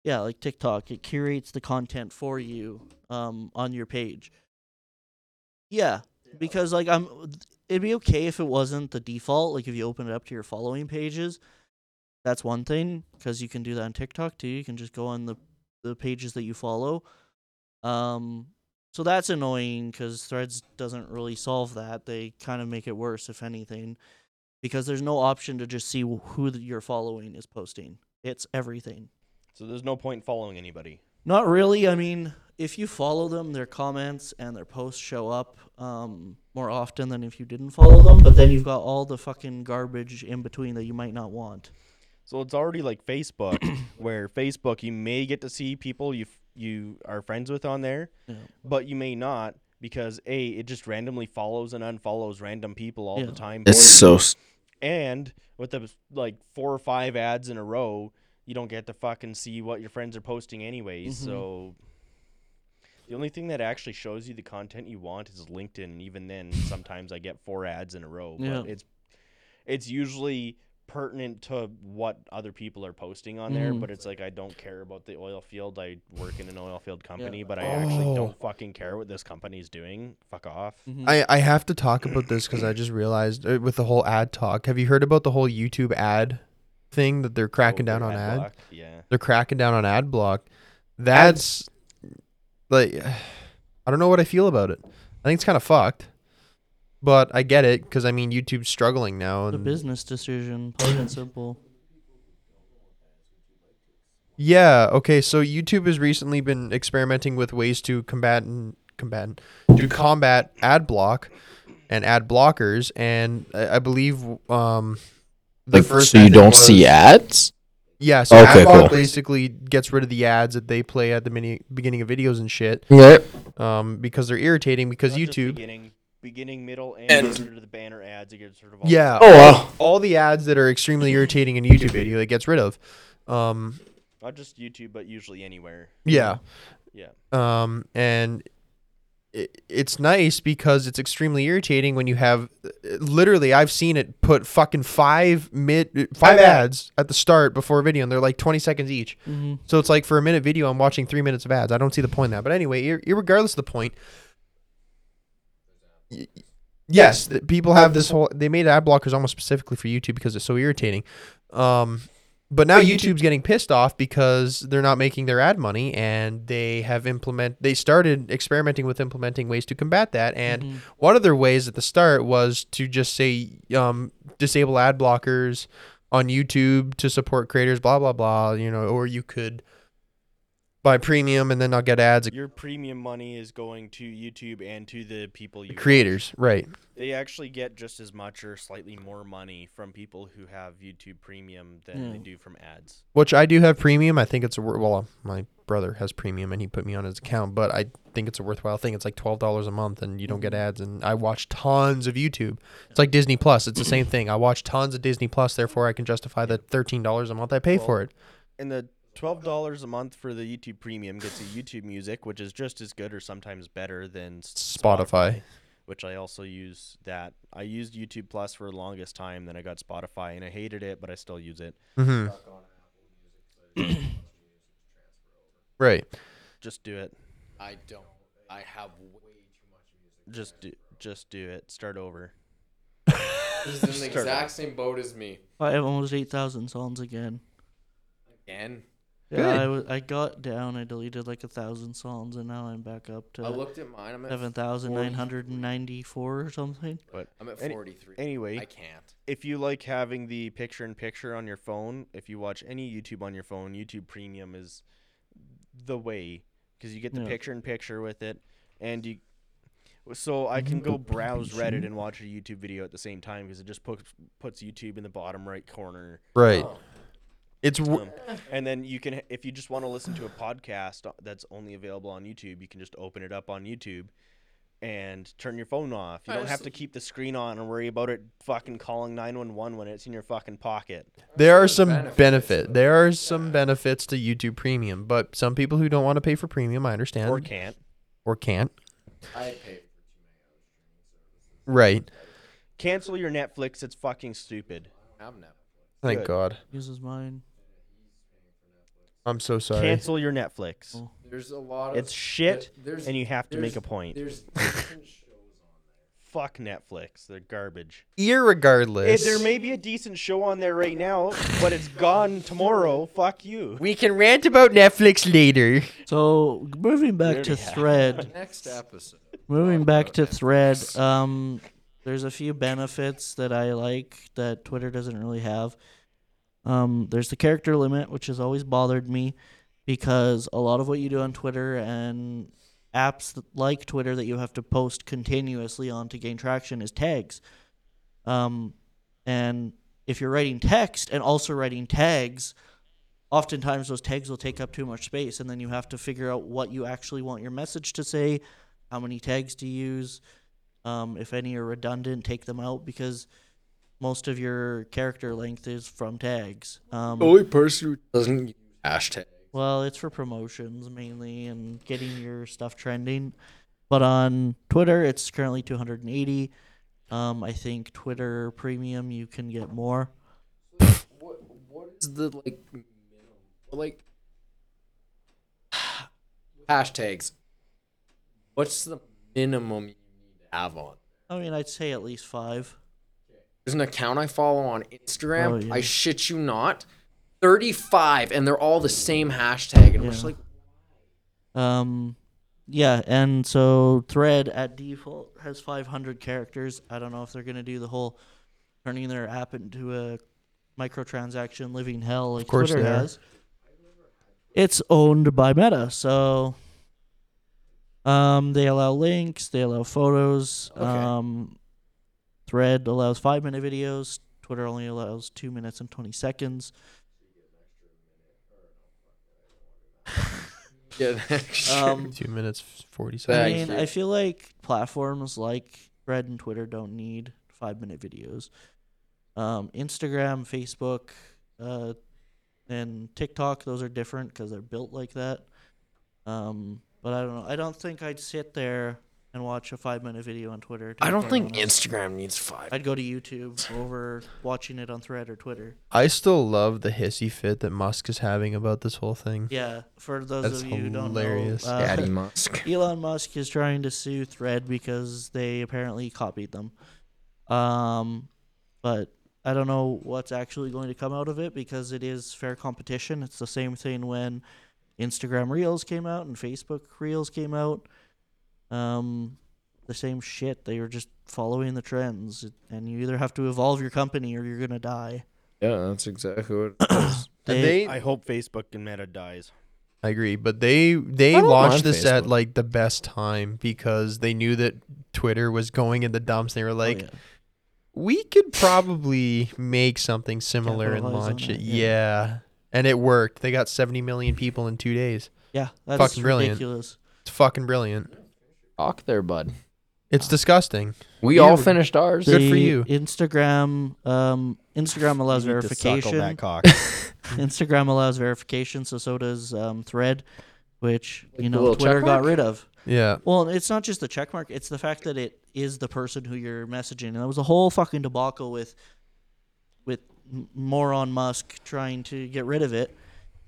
B: Yeah, like TikTok, it curates the content for you um on your page. Yeah, because like I'm it'd be okay if it wasn't the default like if you open it up to your following pages that's one thing because you can do that on TikTok too you can just go on the the pages that you follow um so that's annoying cuz threads doesn't really solve that they kind of make it worse if anything because there's no option to just see wh- who th- you're following is posting it's everything
D: so there's no point in following anybody.
B: not really. I mean, if you follow them, their comments and their posts show up um, more often than if you didn't follow them. But then you've got all the fucking garbage in between that you might not want.
D: So it's already like
B: <coughs>
D: Facebook, where Facebook you may get to see people you f- you are friends with on there,
B: Yeah.
D: but you may not because a it just randomly follows and unfollows random people all
B: Yeah.
D: the time.
C: It's so.
D: and with the like four or five ads in a row, you don't get to fucking see what your friends are posting anyway.
B: Mhm.
D: So the only thing that actually shows you the content you want is LinkedIn, and even then, sometimes I get four ads in a row. But
B: Yeah.
D: it's it's usually pertinent to what other people are posting on there,
B: Mhm.
D: but it's like I don't care about the oil field. I work in an oil field company, but I
E: Oh.
D: actually don't fucking care what this company is doing. Fuck off.
B: Mm-hmm.
E: I, I have to talk about this because I just realized uh, with the whole ad talk. Have you heard about the whole YouTube ad thing that they're cracking
D: Go
E: down on ad?
D: Oh, block. Yeah.
E: They're cracking down on ad block. That's like <sighs> I don't know what I feel about it. I think it's kind of fucked, but I get it because I mean YouTube's struggling now.
B: It's a
E: And
B: business decision, plain and simple.
E: Yeah. Okay. So YouTube has recently been experimenting with ways to combat and combat to combat ad block and ad blockers, and I, I believe um the first
C: so you
E: method
C: don't see
E: was-
C: ads?
E: Yeah. So
C: Okay,
E: ad block
C: cool.
E: basically gets rid of the ads that they play at the mini- beginning of videos and shit,
C: Yep.
E: um because they're irritating because
D: Not just
E: YouTube.
D: beginning, beginning, middle, and, end. sort of the banner ads. You get sort of all
E: Yeah.
C: Oh, wow.
E: All the ads that are
D: <laughs>
E: extremely irritating in YouTube video, it gets rid of. Um,
D: not just YouTube, but usually anywhere.
E: Yeah.
D: Yeah.
E: Um, and it, it's nice because it's extremely irritating when you have literally I've seen it put fucking five mid five ads at the start before a video and they're like 20 seconds each.
B: hmm
E: So it's like for a minute video I'm watching 3 minutes of ads. I don't see the point in that. But anyway, ir- regardless of the point y- Yes, th- people have this whole. They made ad blockers almost specifically for YouTube because it's so irritating. Um, But now YouTube's getting pissed off because they're not making their ad money, and they have implement. They started experimenting with implementing ways to combat that, and
B: Mm-hmm.
E: one of their ways at the start was to just say um, disable ad blockers on YouTube to support creators, blah blah blah. You know, or you could buy premium and then not get ads.
D: Your premium money is going to YouTube and to the people you
E: Creators, right?
D: They actually get just as much or slightly more money from people who have YouTube Premium than they
B: Hmm.
D: do from ads.
E: Which I do have premium. I think it's a wor- well, my brother has premium and he put me on his account, but I think it's a worthwhile thing. It's like twelve dollars a month, and you don't get ads. And I watch tons of YouTube. It's like Disney Plus. It's the same thing. I watch tons of Disney Plus, therefore I can justify the thirteen dollars a month I pay for it.
D: And the twelve dollars a month for the YouTube Premium gets you YouTube Music, which is just as good or sometimes better than s-
E: Spotify.
D: which I also use that. I used YouTube Plus for the longest time, then I got Spotify, and I hated it, but I still use it.
E: Mm-hmm. <clears throat> right.
D: Just do it.
C: I don't. I have way too much music.
D: Just do. Just do it. Start over.
C: He's in the exact same boat as me.
B: I have almost 8,000 songs again.
C: Again.
B: Yeah, I, w- I got down. I deleted like a thousand songs, and now I'm back up
C: I
B: to
C: looked at mine. I'm at
B: seven thousand nine hundred and ninety-four or something.
D: But
C: I'm at
D: Any-
C: 43.
D: anyway,
C: I can't.
D: if you like having the picture in picture on your phone, if you watch any YouTube on your phone, YouTube Premium is the way because you get the
B: Yeah.
D: picture in picture with it, and you. So I can go browse Reddit and watch a YouTube video at the same time because it just puts puts YouTube in the bottom right corner.
E: Right. It's w-
D: Um, and then you can, if you just want to listen to a podcast o- that's only available on YouTube, you can just open it up on YouTube and turn your phone off. You
C: I
D: don't have
C: just-
D: to keep the screen on and worry about it fucking calling 911 when it's in your fucking pocket.
E: there are
C: some
E: some
C: benefits,
E: benefit. There are some benefits to YouTube Premium, but some people who don't want to pay for premium, I understand,
D: Or can't.
E: or can't.
C: I pay.
E: Right.
D: Cancel your Netflix. It's fucking stupid.
C: I'm never.
E: Thank
D: Good.
E: God.
B: This is mine.
E: I'm so sorry.
D: Cancel your Netflix.
B: Oh.
C: There's a lot of.
D: It's shit,
C: there- there's-
D: and you have to make
C: there's-
D: a point. <laughs>
C: There's different shows on
D: Fuck Netflix. They're garbage.
E: Irregardless,
D: there may be a decent show on there right now, but it's gone tomorrow. Fuck you.
E: we can rant about Netflix later.
B: So moving back to
D: Dirty.
C: <laughs>
B: Thread,
C: Next episode.
B: moving back to Thread. Um, there's a few benefits that I like that Twitter doesn't really have. Um, there's the character limit, which has always bothered me because a lot of what you do on Twitter and apps th- like Twitter that you have to post continuously on to gain traction is tags. Um, and if you're writing text and also writing tags, oftentimes those tags will take up too much space, and then you have to figure out what you actually want your message to say, how many tags to use, um, if any are redundant, take them out because most of your character length is from tags. Um,
C: only person who doesn't use hashtag.
B: well, it's for promotions mainly and getting your stuff trending. But on Twitter, it's currently 280. Um, I think Twitter Premium you can get more.
C: What, what is the like minimum? Like <sighs> hashtags. What's the minimum you need to have on?
B: I mean, I'd say at least five.
C: There's an account I follow on Instagram.
B: Oh, yeah.
C: I shit you not. 35 and they're all the same hashtag and I'm just
B: Yeah.
C: like
B: Um, yeah, and so Thread at default has 500 characters. I don't know if they're gonna do the whole turning their app into a microtransaction living hell like
E: course
B: Twitter
E: they are.
B: has. It's owned by Meta, so um, they allow links, they allow photos.
C: Okay.
B: Um, Thread allows five minute videos. Twitter only allows two minutes and 20
E: <laughs>
B: seconds.
C: yeah, <laughs>
B: Um,
E: Two minutes forty
B: I
C: Thank
E: seconds.
B: mean,
C: you.
B: I feel like platforms like Thread and Twitter don't need five minute videos. Um, Instagram, Facebook, uh, and TikTok, those are different because they're built like that. Um, but I don't know. I don't think I'd sit there and watch a five minute video on Twitter. to
C: I
B: be
C: don't
B: quite
C: think
B: honest.
C: Instagram needs 5.
B: I'd go to YouTube over watching it on Thread or Twitter.
E: I still love the hissy fit that Musk is having about this whole thing.
B: Yeah, for those
E: That's
B: of you who don't know,
E: hilarious.
B: uh, <laughs>
C: Daddy Musk.
B: Elon Musk is trying to sue Thread because they apparently copied them. Um, but I don't know what's actually going to come out of it because it is fair competition. It's the same thing when Instagram Reels came out and Facebook Reels came out. Um, the same shit. They were just following the trends, and you either have to evolve your company or you're gonna die.
C: Yeah, that's exactly what it is.
E: And
B: They-
E: they,
D: I hope Facebook and Meta dies.
E: I agree, but they they
C: I don't
E: launched
C: mind
E: this at
C: Facebook.
E: like the best time because they knew that Twitter was going in the dumps. They were
B: Oh,
E: like,
B: yeah.
E: we could probably make something similar and
B: Capitalize on
E: launch
B: it,
E: it.
B: yeah.
E: Yeah. And it worked. They got 70 million people in 2 days.
B: yeah, that's
E: fucking brilliant.
B: ridiculous.
E: It's fucking brilliant.
C: Talk there, bud.
E: It's disgusting.
C: We
E: Yeah,
C: all
E: we-
C: finished ours.
E: Good for
B: The
E: you.
B: Instagram, um, Instagram allows
D: You need to suckle
B: verification.
D: that cock.
B: Instagram allows verification, so so does um, Thread, which you
C: the
B: know
C: little
B: Twitter
C: check
B: got
C: mark?
B: rid of.
E: Yeah.
B: Well, it's not just the check mark; it's the fact that it is the person who you're messaging, and that was a whole fucking debacle with with m- moron Musk trying to get rid of it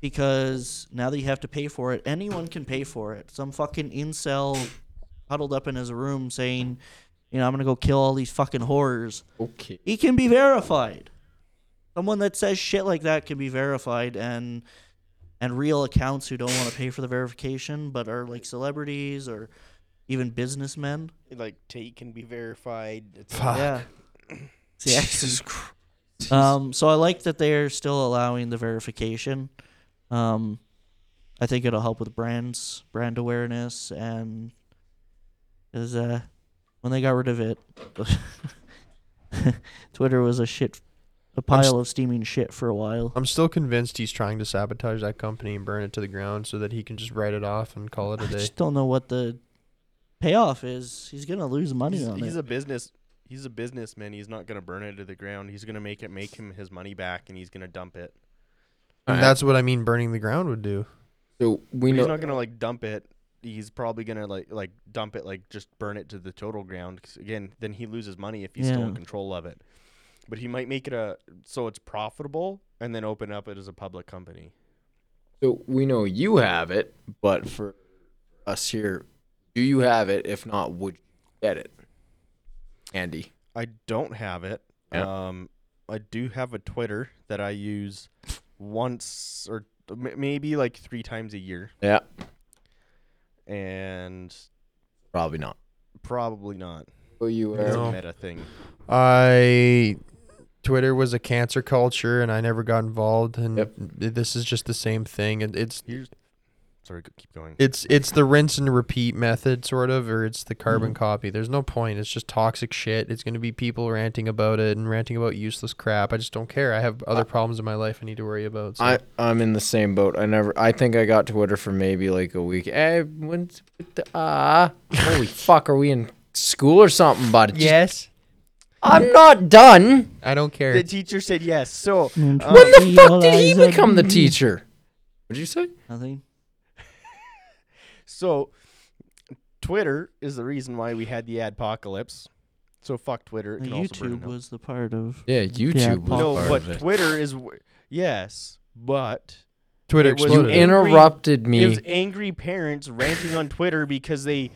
B: because now that you have to pay for it, anyone can pay for it. Some fucking incel huddled up in his room saying, "You know, I'm gonna go kill all these fucking horrors."
C: Okay.
B: he can be verified. Someone that says shit like that can be verified, and and real accounts who don't want to pay for the verification but are like celebrities or even businessmen.
D: <laughs> like Tate can be verified. It's
E: Fuck.
B: Yeah. Jesus Christ. Um, so I like that they're still allowing the verification. Um, I think it'll help with brands, brand awareness, and is uh, when they got rid of it, <laughs> Twitter was a shit, a pile of steaming shit for a while.
E: I'm still convinced he's trying to sabotage that company and burn it to the ground so that he can just write it off and call it
B: I
E: a day.
B: just don't know what the payoff is. He's gonna lose money
D: he's,
B: on
D: he's
B: it.
D: a business. He's a businessman. He's not gonna burn it to the ground. He's gonna make it make him his money back, and he's gonna dump it.
E: And that's what I mean burning the ground would do.
C: So we
D: he's
C: know.
D: not gonna like dump it. He's probably gonna like like dump it, like just burn it to the total ground. 'cause again, then he loses money if he's still in
B: Yeah.
D: control of it. But he might make it a so it's profitable, and then open up it as a public company.
C: So we know you have it, but for us here, do you have it? If not, would you get it, Andy?
D: I don't have it.
C: Yeah.
D: Um, I do have a Twitter that I use once or m- maybe like three times a year,
C: Yeah,
D: and
C: probably not.
D: probably not.
C: Will you? uh,
D: It's
E: No.
D: a meta thing.
E: I Twitter was a cancer culture and I never got involved and
C: Yep.
E: this is just the same thing and it's
D: Here's sorry, g- keep going.
E: It's it's the rinse and repeat method, sort of, or it's the carbon copy. There's no point. It's just toxic shit. It's gonna be people ranting about it and ranting about useless crap. I just don't care. I have other problems in my life I need to worry about. So.
C: I I'm in the same boat. I never. I think I got Twitter for maybe like a week. Hey, when's with the ah? holy fuck! Are we in school or something, bud? Just-
E: yes,
C: I'm not done.
E: I don't care.
D: The teacher said yes. So
C: When the fuck did he become the teacher? What'd you say?
B: Nothing.
D: So, Twitter is the reason why we had the adpocalypse. So fuck Twitter. It can also burn
B: YouTube
D: in hell.
B: was the part of
C: Yeah, YouTube.
B: Paul.
C: was
D: no,
C: part
D: but
C: of it.
D: Twitter is w- yes, but
E: Twitter
D: it was
E: exploded.
D: in-
C: interrupted
D: it
C: me.
D: was angry parents ranting on Twitter because they,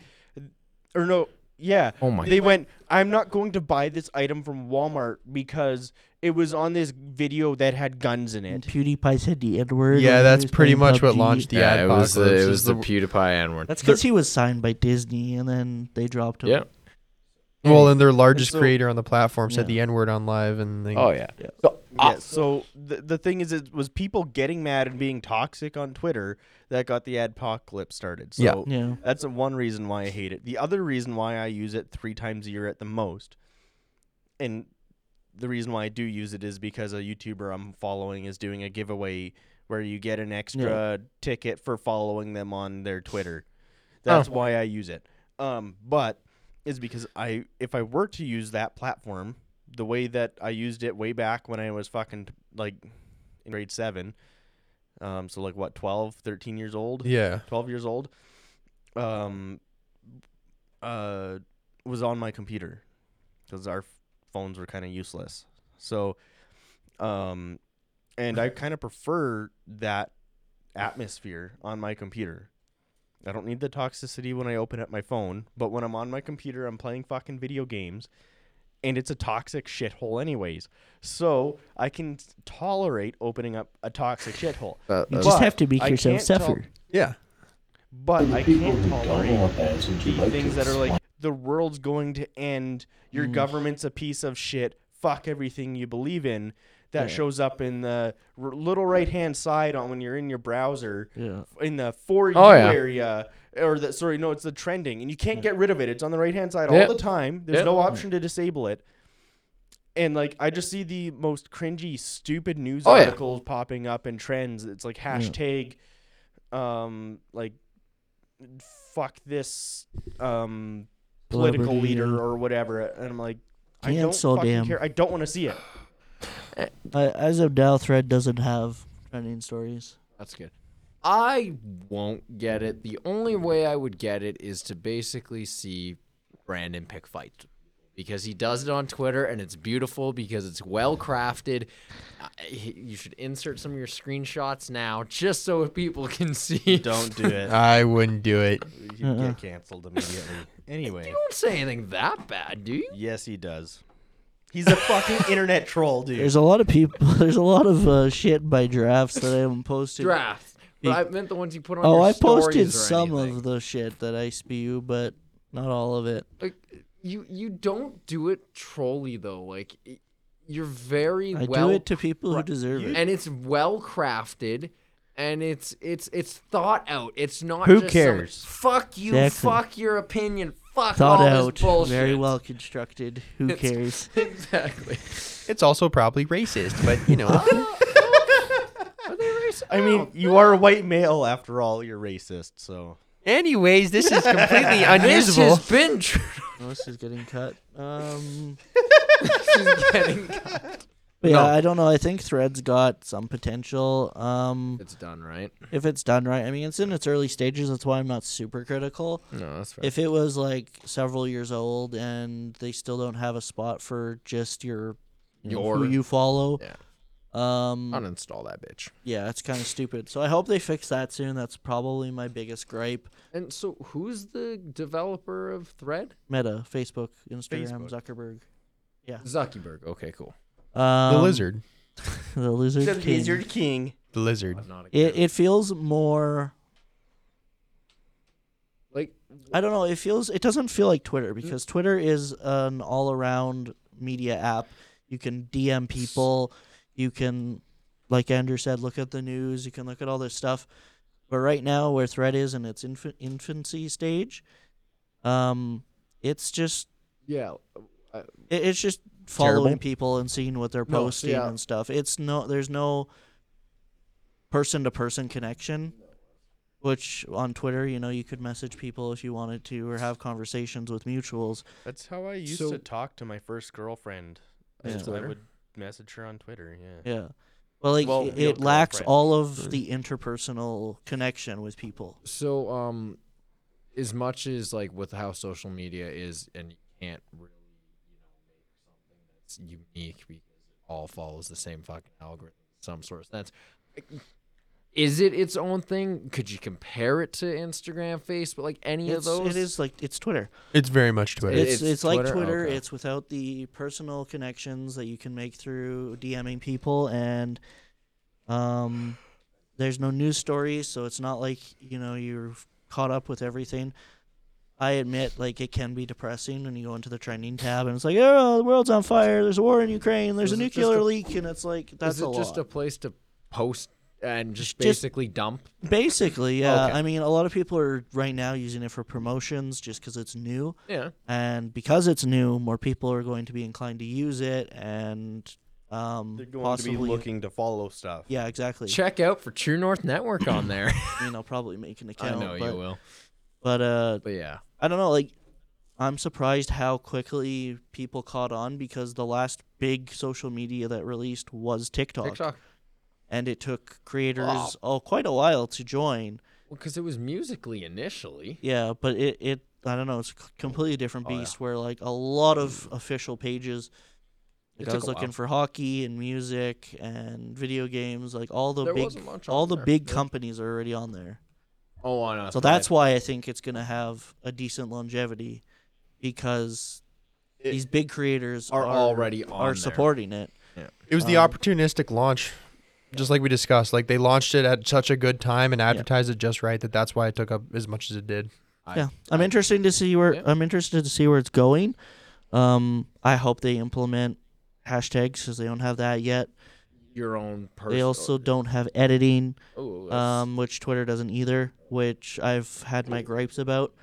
D: or no, yeah,
C: Oh my
D: they went. I'm not going to buy this item from Walmart because it was on this video that had guns in
B: and
D: it.
B: PewDiePie said the N word.
E: yeah, that's pretty much what launched the
C: yeah,
E: ad.
C: it was the it was the PewDiePie N word.
B: That's because he was signed by Disney, and then they dropped him.
C: Yeah.
E: well, and their largest
D: so-
E: creator on the platform said
B: Yeah.
E: the N word on live, and they,
C: Oh yeah.
B: Yeah.
C: So, ah,
D: yeah, so the, the thing is, it was people getting mad and being toxic on Twitter that got the adpocalypse started. So
E: Yeah.
B: Yeah.
D: That's the one reason why I hate it. The other reason why I use it three times a year at the most, and the reason why I do use it is because a YouTuber I'm following is doing a giveaway where you get an extra ticket for following them on their Twitter. That's why I use it. Um, but is because I if I were to use that platform the way that I used it way back when I was fucking like in grade seven, um, so like what 12, 13 years old,
E: yeah,
D: 12 years old um uh was on my computer cuz our phones were kind of useless so um and I kind of prefer that atmosphere on my computer I don't need the toxicity when I open up my phone but when I'm on my computer I'm playing fucking video games and it's a toxic shithole anyways. So I can s- tolerate opening up a toxic shithole.
E: Uh,
B: You
E: uh,
B: just
D: But
B: have to make
D: I
B: yourself
D: can't tol-
B: suffer.
E: yeah.
D: but I can't tolerate the things that are like Mm. the world's going to end, your government's a piece of shit, fuck everything you believe in. That shows up in the r- little right hand side on when you're in your browser,
B: Yeah.
D: in the for you
E: Oh, yeah.
D: area, or the sorry, no, it's the trending, and you can't get rid of it. It's on the right hand side
E: Yep.
D: all the time. There's
E: Yep.
D: no option to disable it. And like, I just see the most cringy, stupid news
E: Oh, yeah.
D: articles popping up and trends. It's like hashtag, um, like fuck this um political
B: Celebrity,
D: leader
B: yeah.
D: or whatever and I'm like I
B: Cancel
D: don't fucking
B: them.
D: care. I don't want to see it.
B: Uh, as of now, Thread doesn't have trending stories.
C: That's good. I won't get it. The only way I would get it is to basically see Brandon pick fights because he does it on Twitter and it's beautiful because it's well crafted. I- he- You should insert some of your screenshots now just so people can <laughs> see.
D: <laughs> Don't do
B: <laughs> Uh-uh.
D: it.
E: I wouldn't do it.
D: You get canceled immediately. Anyway,
C: You don't say anything that bad, do you?
D: yes he does. He's a <laughs> fucking internet troll, dude.
B: There's a lot of people. <laughs> There's a lot of uh, shit by drafts that I haven't posted.
C: Draft. But I meant the ones you put on.
B: Oh,
C: your
B: I posted
C: stories or
B: some
C: anything.
B: of the shit that I spew, but not all of it.
C: like you you don't do it trolly though like y- you're very
B: I
C: well
B: do it to people who deserve it.
C: and it's well crafted and it's it's it's thought out it's not
D: Who
C: just some,
D: cares?
C: fuck you
B: Exactly.
C: fuck your opinion fuck
B: Thought
C: all
B: out,
C: this bullshit
B: very well constructed. Who cares?
C: <laughs> exactly
E: It's also probably racist, but you know.
D: I <laughs> mean, you are a white male after all, you're racist, so
E: Anyways, this is
C: <laughs>
E: completely
C: this
E: unusable.
C: has been <laughs> tr-
B: oh, this is getting cut. Um,
C: getting
B: but yeah, I don't know. I think Thread's got some potential. Um,
C: it's done right
B: if it's done right. I mean, it's in its early stages. That's why I'm not super critical.
C: no that's right
B: If it was like several years old and they still don't have a spot for just your, you know, who
C: Your-
B: you follow,
C: yeah.
B: um,
C: uninstall that bitch
B: yeah, it's kind of stupid. So I hope they fix that soon. That's probably my biggest gripe.
C: and so who's the developer of thread
B: Meta, Facebook, Instagram, Zuckerberg,
C: zuckerberg okay cool
B: um,
E: the lizard.
B: the lizard, king.
D: king.
E: The lizard.
C: not again.
B: It it feels more.
C: like
B: I don't know. It feels it doesn't feel like Twitter because Twitter is an all around media app. You can DM people. You can, like Andrew said, look at the news. You can look at all this stuff. But right now, where Thread is in its inf- infancy stage, um, it's just
C: yeah
B: it, it's just following
E: Terrible.
B: people and seeing what they're
C: No,
B: posting
C: yeah.
B: and stuff. It's no there's no person to person connection. Which on Twitter, you know, you could message people if you wanted to or have conversations with mutuals.
D: That's how I used
C: So-
D: to talk to my first girlfriend. I
B: Yeah.
D: just- I
C: Twitter?
D: would message her on Twitter, yeah.
B: Yeah. Well, like
D: Well,
B: it,
D: real
B: it lacks
D: girlfriends.
B: all of the interpersonal connection with people.
C: So, um, as much as like with how social media is, and you can't really, you know, make something that's unique because it all follows the same fucking algorithm, in some sort of sense. like, Is it its own thing? Could you compare it to Instagram, Facebook, like any of
B: It's,
C: those?
B: it is like it's Twitter.
E: It's very much Twitter.
B: It's
C: it's
B: it's, like
C: Twitter?
B: Twitter.
C: Okay.
B: It's without the personal connections that you can make through DMing people, and um, there's no news stories, so it's not like you know you're caught up with everything. I admit, like it can be depressing when you go into the trending tab and it's like, oh, the world's on fire. There's a war in Ukraine. There's
C: Is
B: a
C: it just
B: nuclear
C: a-
B: leak, and it's like that's
C: is it
B: a
C: just
B: lot.
C: a place to post and just
B: just-
C: basically dump?
B: Basically, yeah.
C: Okay.
B: I mean, a lot of people are right now using it for promotions just because it's new.
C: Yeah.
B: and because it's new, more people are going to be inclined to use it, and um,
D: They're going
B: possibly
D: to be looking to follow stuff.
B: Yeah, exactly.
C: Check out for True North Network
B: <coughs>
C: on there.
B: I mean, I'll probably make an
C: I
B: account.
C: know
B: but,
C: you will.
B: But uh,
C: But yeah.
B: I don't know. Like, I'm surprised how quickly people caught on because the last big social media that released was TikTok,
C: TikTok.
B: and it took creators oh quite a while to join.
C: Well, because it was musically initially.
B: Yeah, but it, it I don't know, it's a c- completely
C: Oh,
B: different beast where like a lot of official pages like
C: Mm. It
B: I
C: took
B: was
C: a
B: looking
C: while.
B: for hockey and music and video games, like all the
C: There
B: big
C: wasn't much
B: all
C: on
B: the
C: there,
B: big
C: yeah.
B: companies are already on there.
C: Oh, I know.
B: So that's why I think it's going to have a decent longevity because these big creators
C: are already on
B: are
C: there.
B: supporting it.
E: It was the
B: um,
E: opportunistic launch, just like we discussed. Like they launched it at such a good time and advertised it just right that that's why it took up as much as it did.
C: I-
B: Yeah, I'm interested to see where
C: Yeah.
B: I'm interested to see where it's going. Um, I hope they implement hashtags because they don't have that yet.
C: your own personal.
B: They also don't have editing,
C: Ooh, that's-
B: um, which Twitter doesn't either, which I've had my gripes about.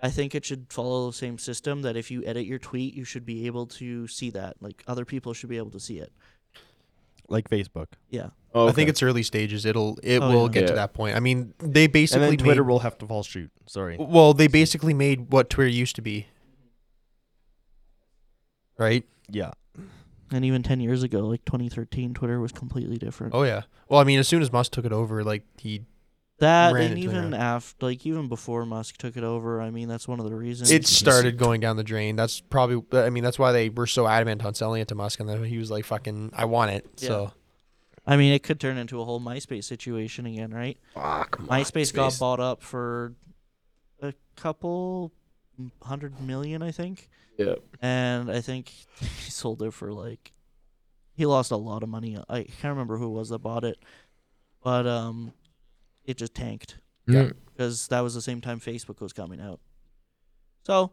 B: I think it should follow the same system that if you edit your tweet, you should be able to see that. Like other people should be able to see it.
D: like Facebook.
B: Yeah.
E: I think it's early stages. It'll it
B: Oh,
E: will
B: yeah.
E: get to
C: Yeah.
E: that point. I mean, they
D: And
E: basically
D: then Twitter
E: made-
D: will have to fall shoot. Sorry.
E: well, they basically made what Twitter used to be. Right?
D: Yeah.
B: And even 10 years ago, like 2013, Twitter was completely different.
E: Oh yeah. Well, I mean, as soon as Musk took it over, like he
B: that
E: ran
B: and
E: into
B: even
E: that.
B: after, like even before Musk took it over, I mean, that's one of the reasons.
E: it started going down the drain. That's probably I mean, that's why they were so adamant on selling it to Musk and then he was like fucking I want it. So
B: I mean, it could turn into a whole MySpace situation again, right?
C: fuck,
B: MySpace, got bought up for a couple hundred million, I think.
C: Yep.
B: And I think <laughs> he sold it for like he lost a lot of money. I can't remember who it was that bought it, but um, it just tanked
C: Mm.
B: because that was the same time Facebook was coming out. So,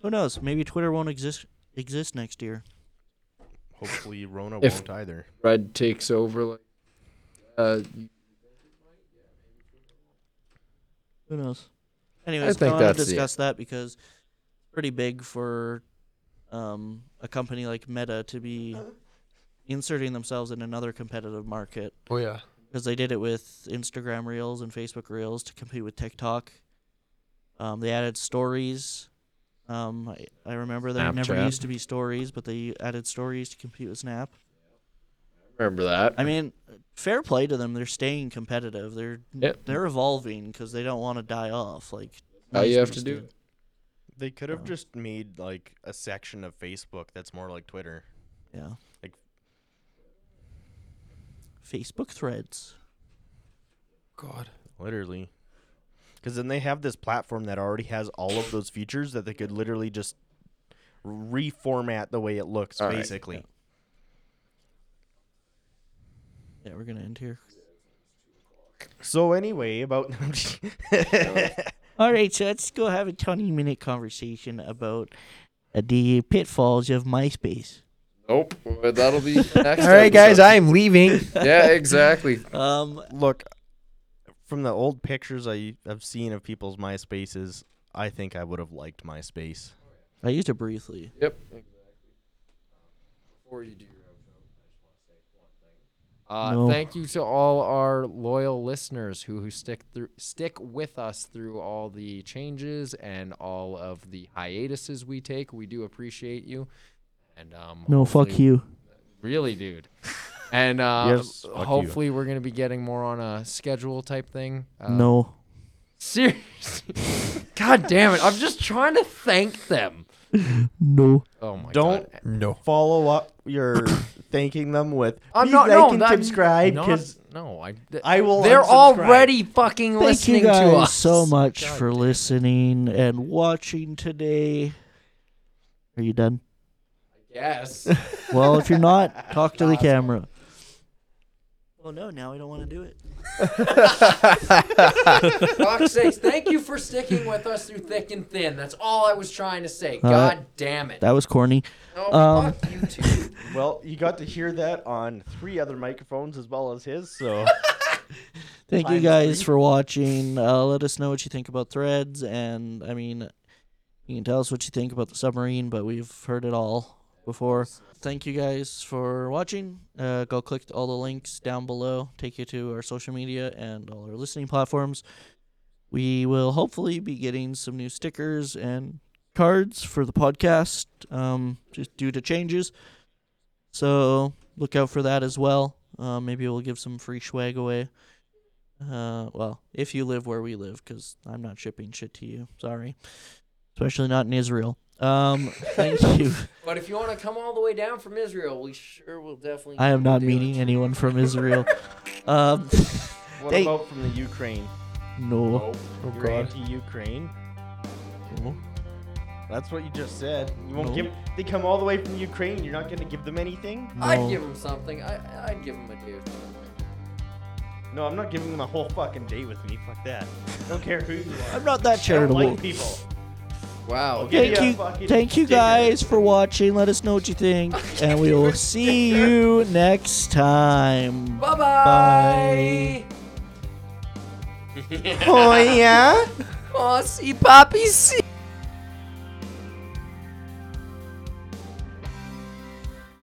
B: who knows? Maybe Twitter won't exist exist next year.
D: Hopefully Rona
C: If-
D: won't either.
C: Red takes over like uh
B: Who knows? Anyways, I
C: think
B: want
C: that's
B: to
C: it.
B: discuss that because it's pretty big for um, a company like Meta to be inserting themselves in another competitive market
E: Oh yeah.
B: because they did it with Instagram Reels and Facebook Reels to compete with TikTok. Um, they added stories. Um, I, I remember there never
C: Snapchat.
B: used to be stories, but they added stories to compete with Snap.
C: remember that.
B: I mean, fair play to them. They're staying competitive. They're
C: Yep.
B: they're evolving because they don't want to die off. Like
C: All you have
B: MySpace
C: to do
B: did.
D: They could have
B: Yeah.
D: just made like a section of Facebook that's more like Twitter.
B: Yeah.
D: Like-
B: Facebook threads.
E: God.
D: Literally. Because then they have this platform that already has all of those features that they could literally just reformat the way it looks,
C: All right.
D: basically.
B: Yeah, we're gonna end here.
D: So anyway, about <laughs>
B: All right, so let's go have a twenty-minute conversation about uh, the pitfalls of MySpace.
C: Nope. Well, That'll be <laughs> next. All
E: All right guys, I am leaving.
C: yeah, exactly.
B: Um,
D: look from the old pictures I have seen of people's MySpaces, I think I would have liked MySpace.
B: I used it briefly.
C: Yep. Before you do your outro, I just want to say one thing. Uh,
B: No.
C: Thank you to all our loyal listeners who, who stick through stick with us through all the changes and all of the hiatuses we take. We do appreciate you. And um,
B: No, fuck
C: hopefully-
B: you.
C: really, dude. And uh,
D: Yes, fuck you.
C: hopefully we're gonna be getting more on a schedule type thing. Uh,
B: no.
C: seriously. <laughs> God damn it! I'm just trying to thank them.
B: No.
C: Oh my
D: Don't
C: god!
E: <laughs> No.
D: follow up
C: <coughs>
D: your thanking them with
C: I'm
D: please
C: not
D: like
C: no,
D: and
C: I'm
D: subscribe
C: not-
D: because
C: no, I.
D: I will.
C: They're
D: unsubscribe.
C: already fucking
B: Thank
C: listening
B: you guys
C: to us
B: so much
C: God
B: for
C: damn it.
B: listening and watching today. Are you done?
C: Yes.
B: <laughs> Well, if you're <laughs> not, talk to the camera. Well, Oh, no, now I don't want to do it.
C: Fuck's sakes, thank you for sticking with us through thick and thin. That's all I was trying to say. God damn it.
B: Uh, That was corny.
C: No,
B: um,
C: fuck you too.
D: Well, you got to hear that on three other microphones as well as his.
C: <laughs>
D: So
B: Thank you
D: Times
B: guys
D: three.
B: for watching. Uh, let us know what you think about threads, and I mean, you can tell us what you think about the submarine, but we've heard it all before. Thank you guys for watching. Uh, go click all the links down below, take you to our social media and all our listening platforms. We will hopefully be getting some new stickers and cards for the podcast, um, just due to changes. So look out for that as well. Uh, maybe we'll give some free swag away. Uh, well, if you live where we live, 'cause I'm not shipping shit to you. Sorry, especially not in Israel. Um, thank you.
C: But if you want to come all the way down from Israel, we sure will definitely.
B: I am not
C: do
B: meeting
C: it.
B: anyone from Israel. Um,
D: what
B: They-
D: about from the Ukraine?
B: no.
D: You're anti-Ukraine. That's what you just said. You won't
B: No.
D: give. They come all the way from Ukraine. You're not gonna give them anything.
C: I'd give him something. I, I'd give him a deer throat.
D: No, I'm not giving them a whole fucking day with me. Fuck that. I don't care who you are.
B: I'm not that
D: I don't
B: charitable.
D: like people.
C: Wow.
D: Okay.
B: Thank
D: Yeah,
B: you,
D: fucking
B: thank you
D: dinner.
B: guys for watching. Let us know what you think, and we will see you next
C: <laughs>
B: time.
C: Bye bye.
E: Oh yeah.
C: Aussie Poppy C.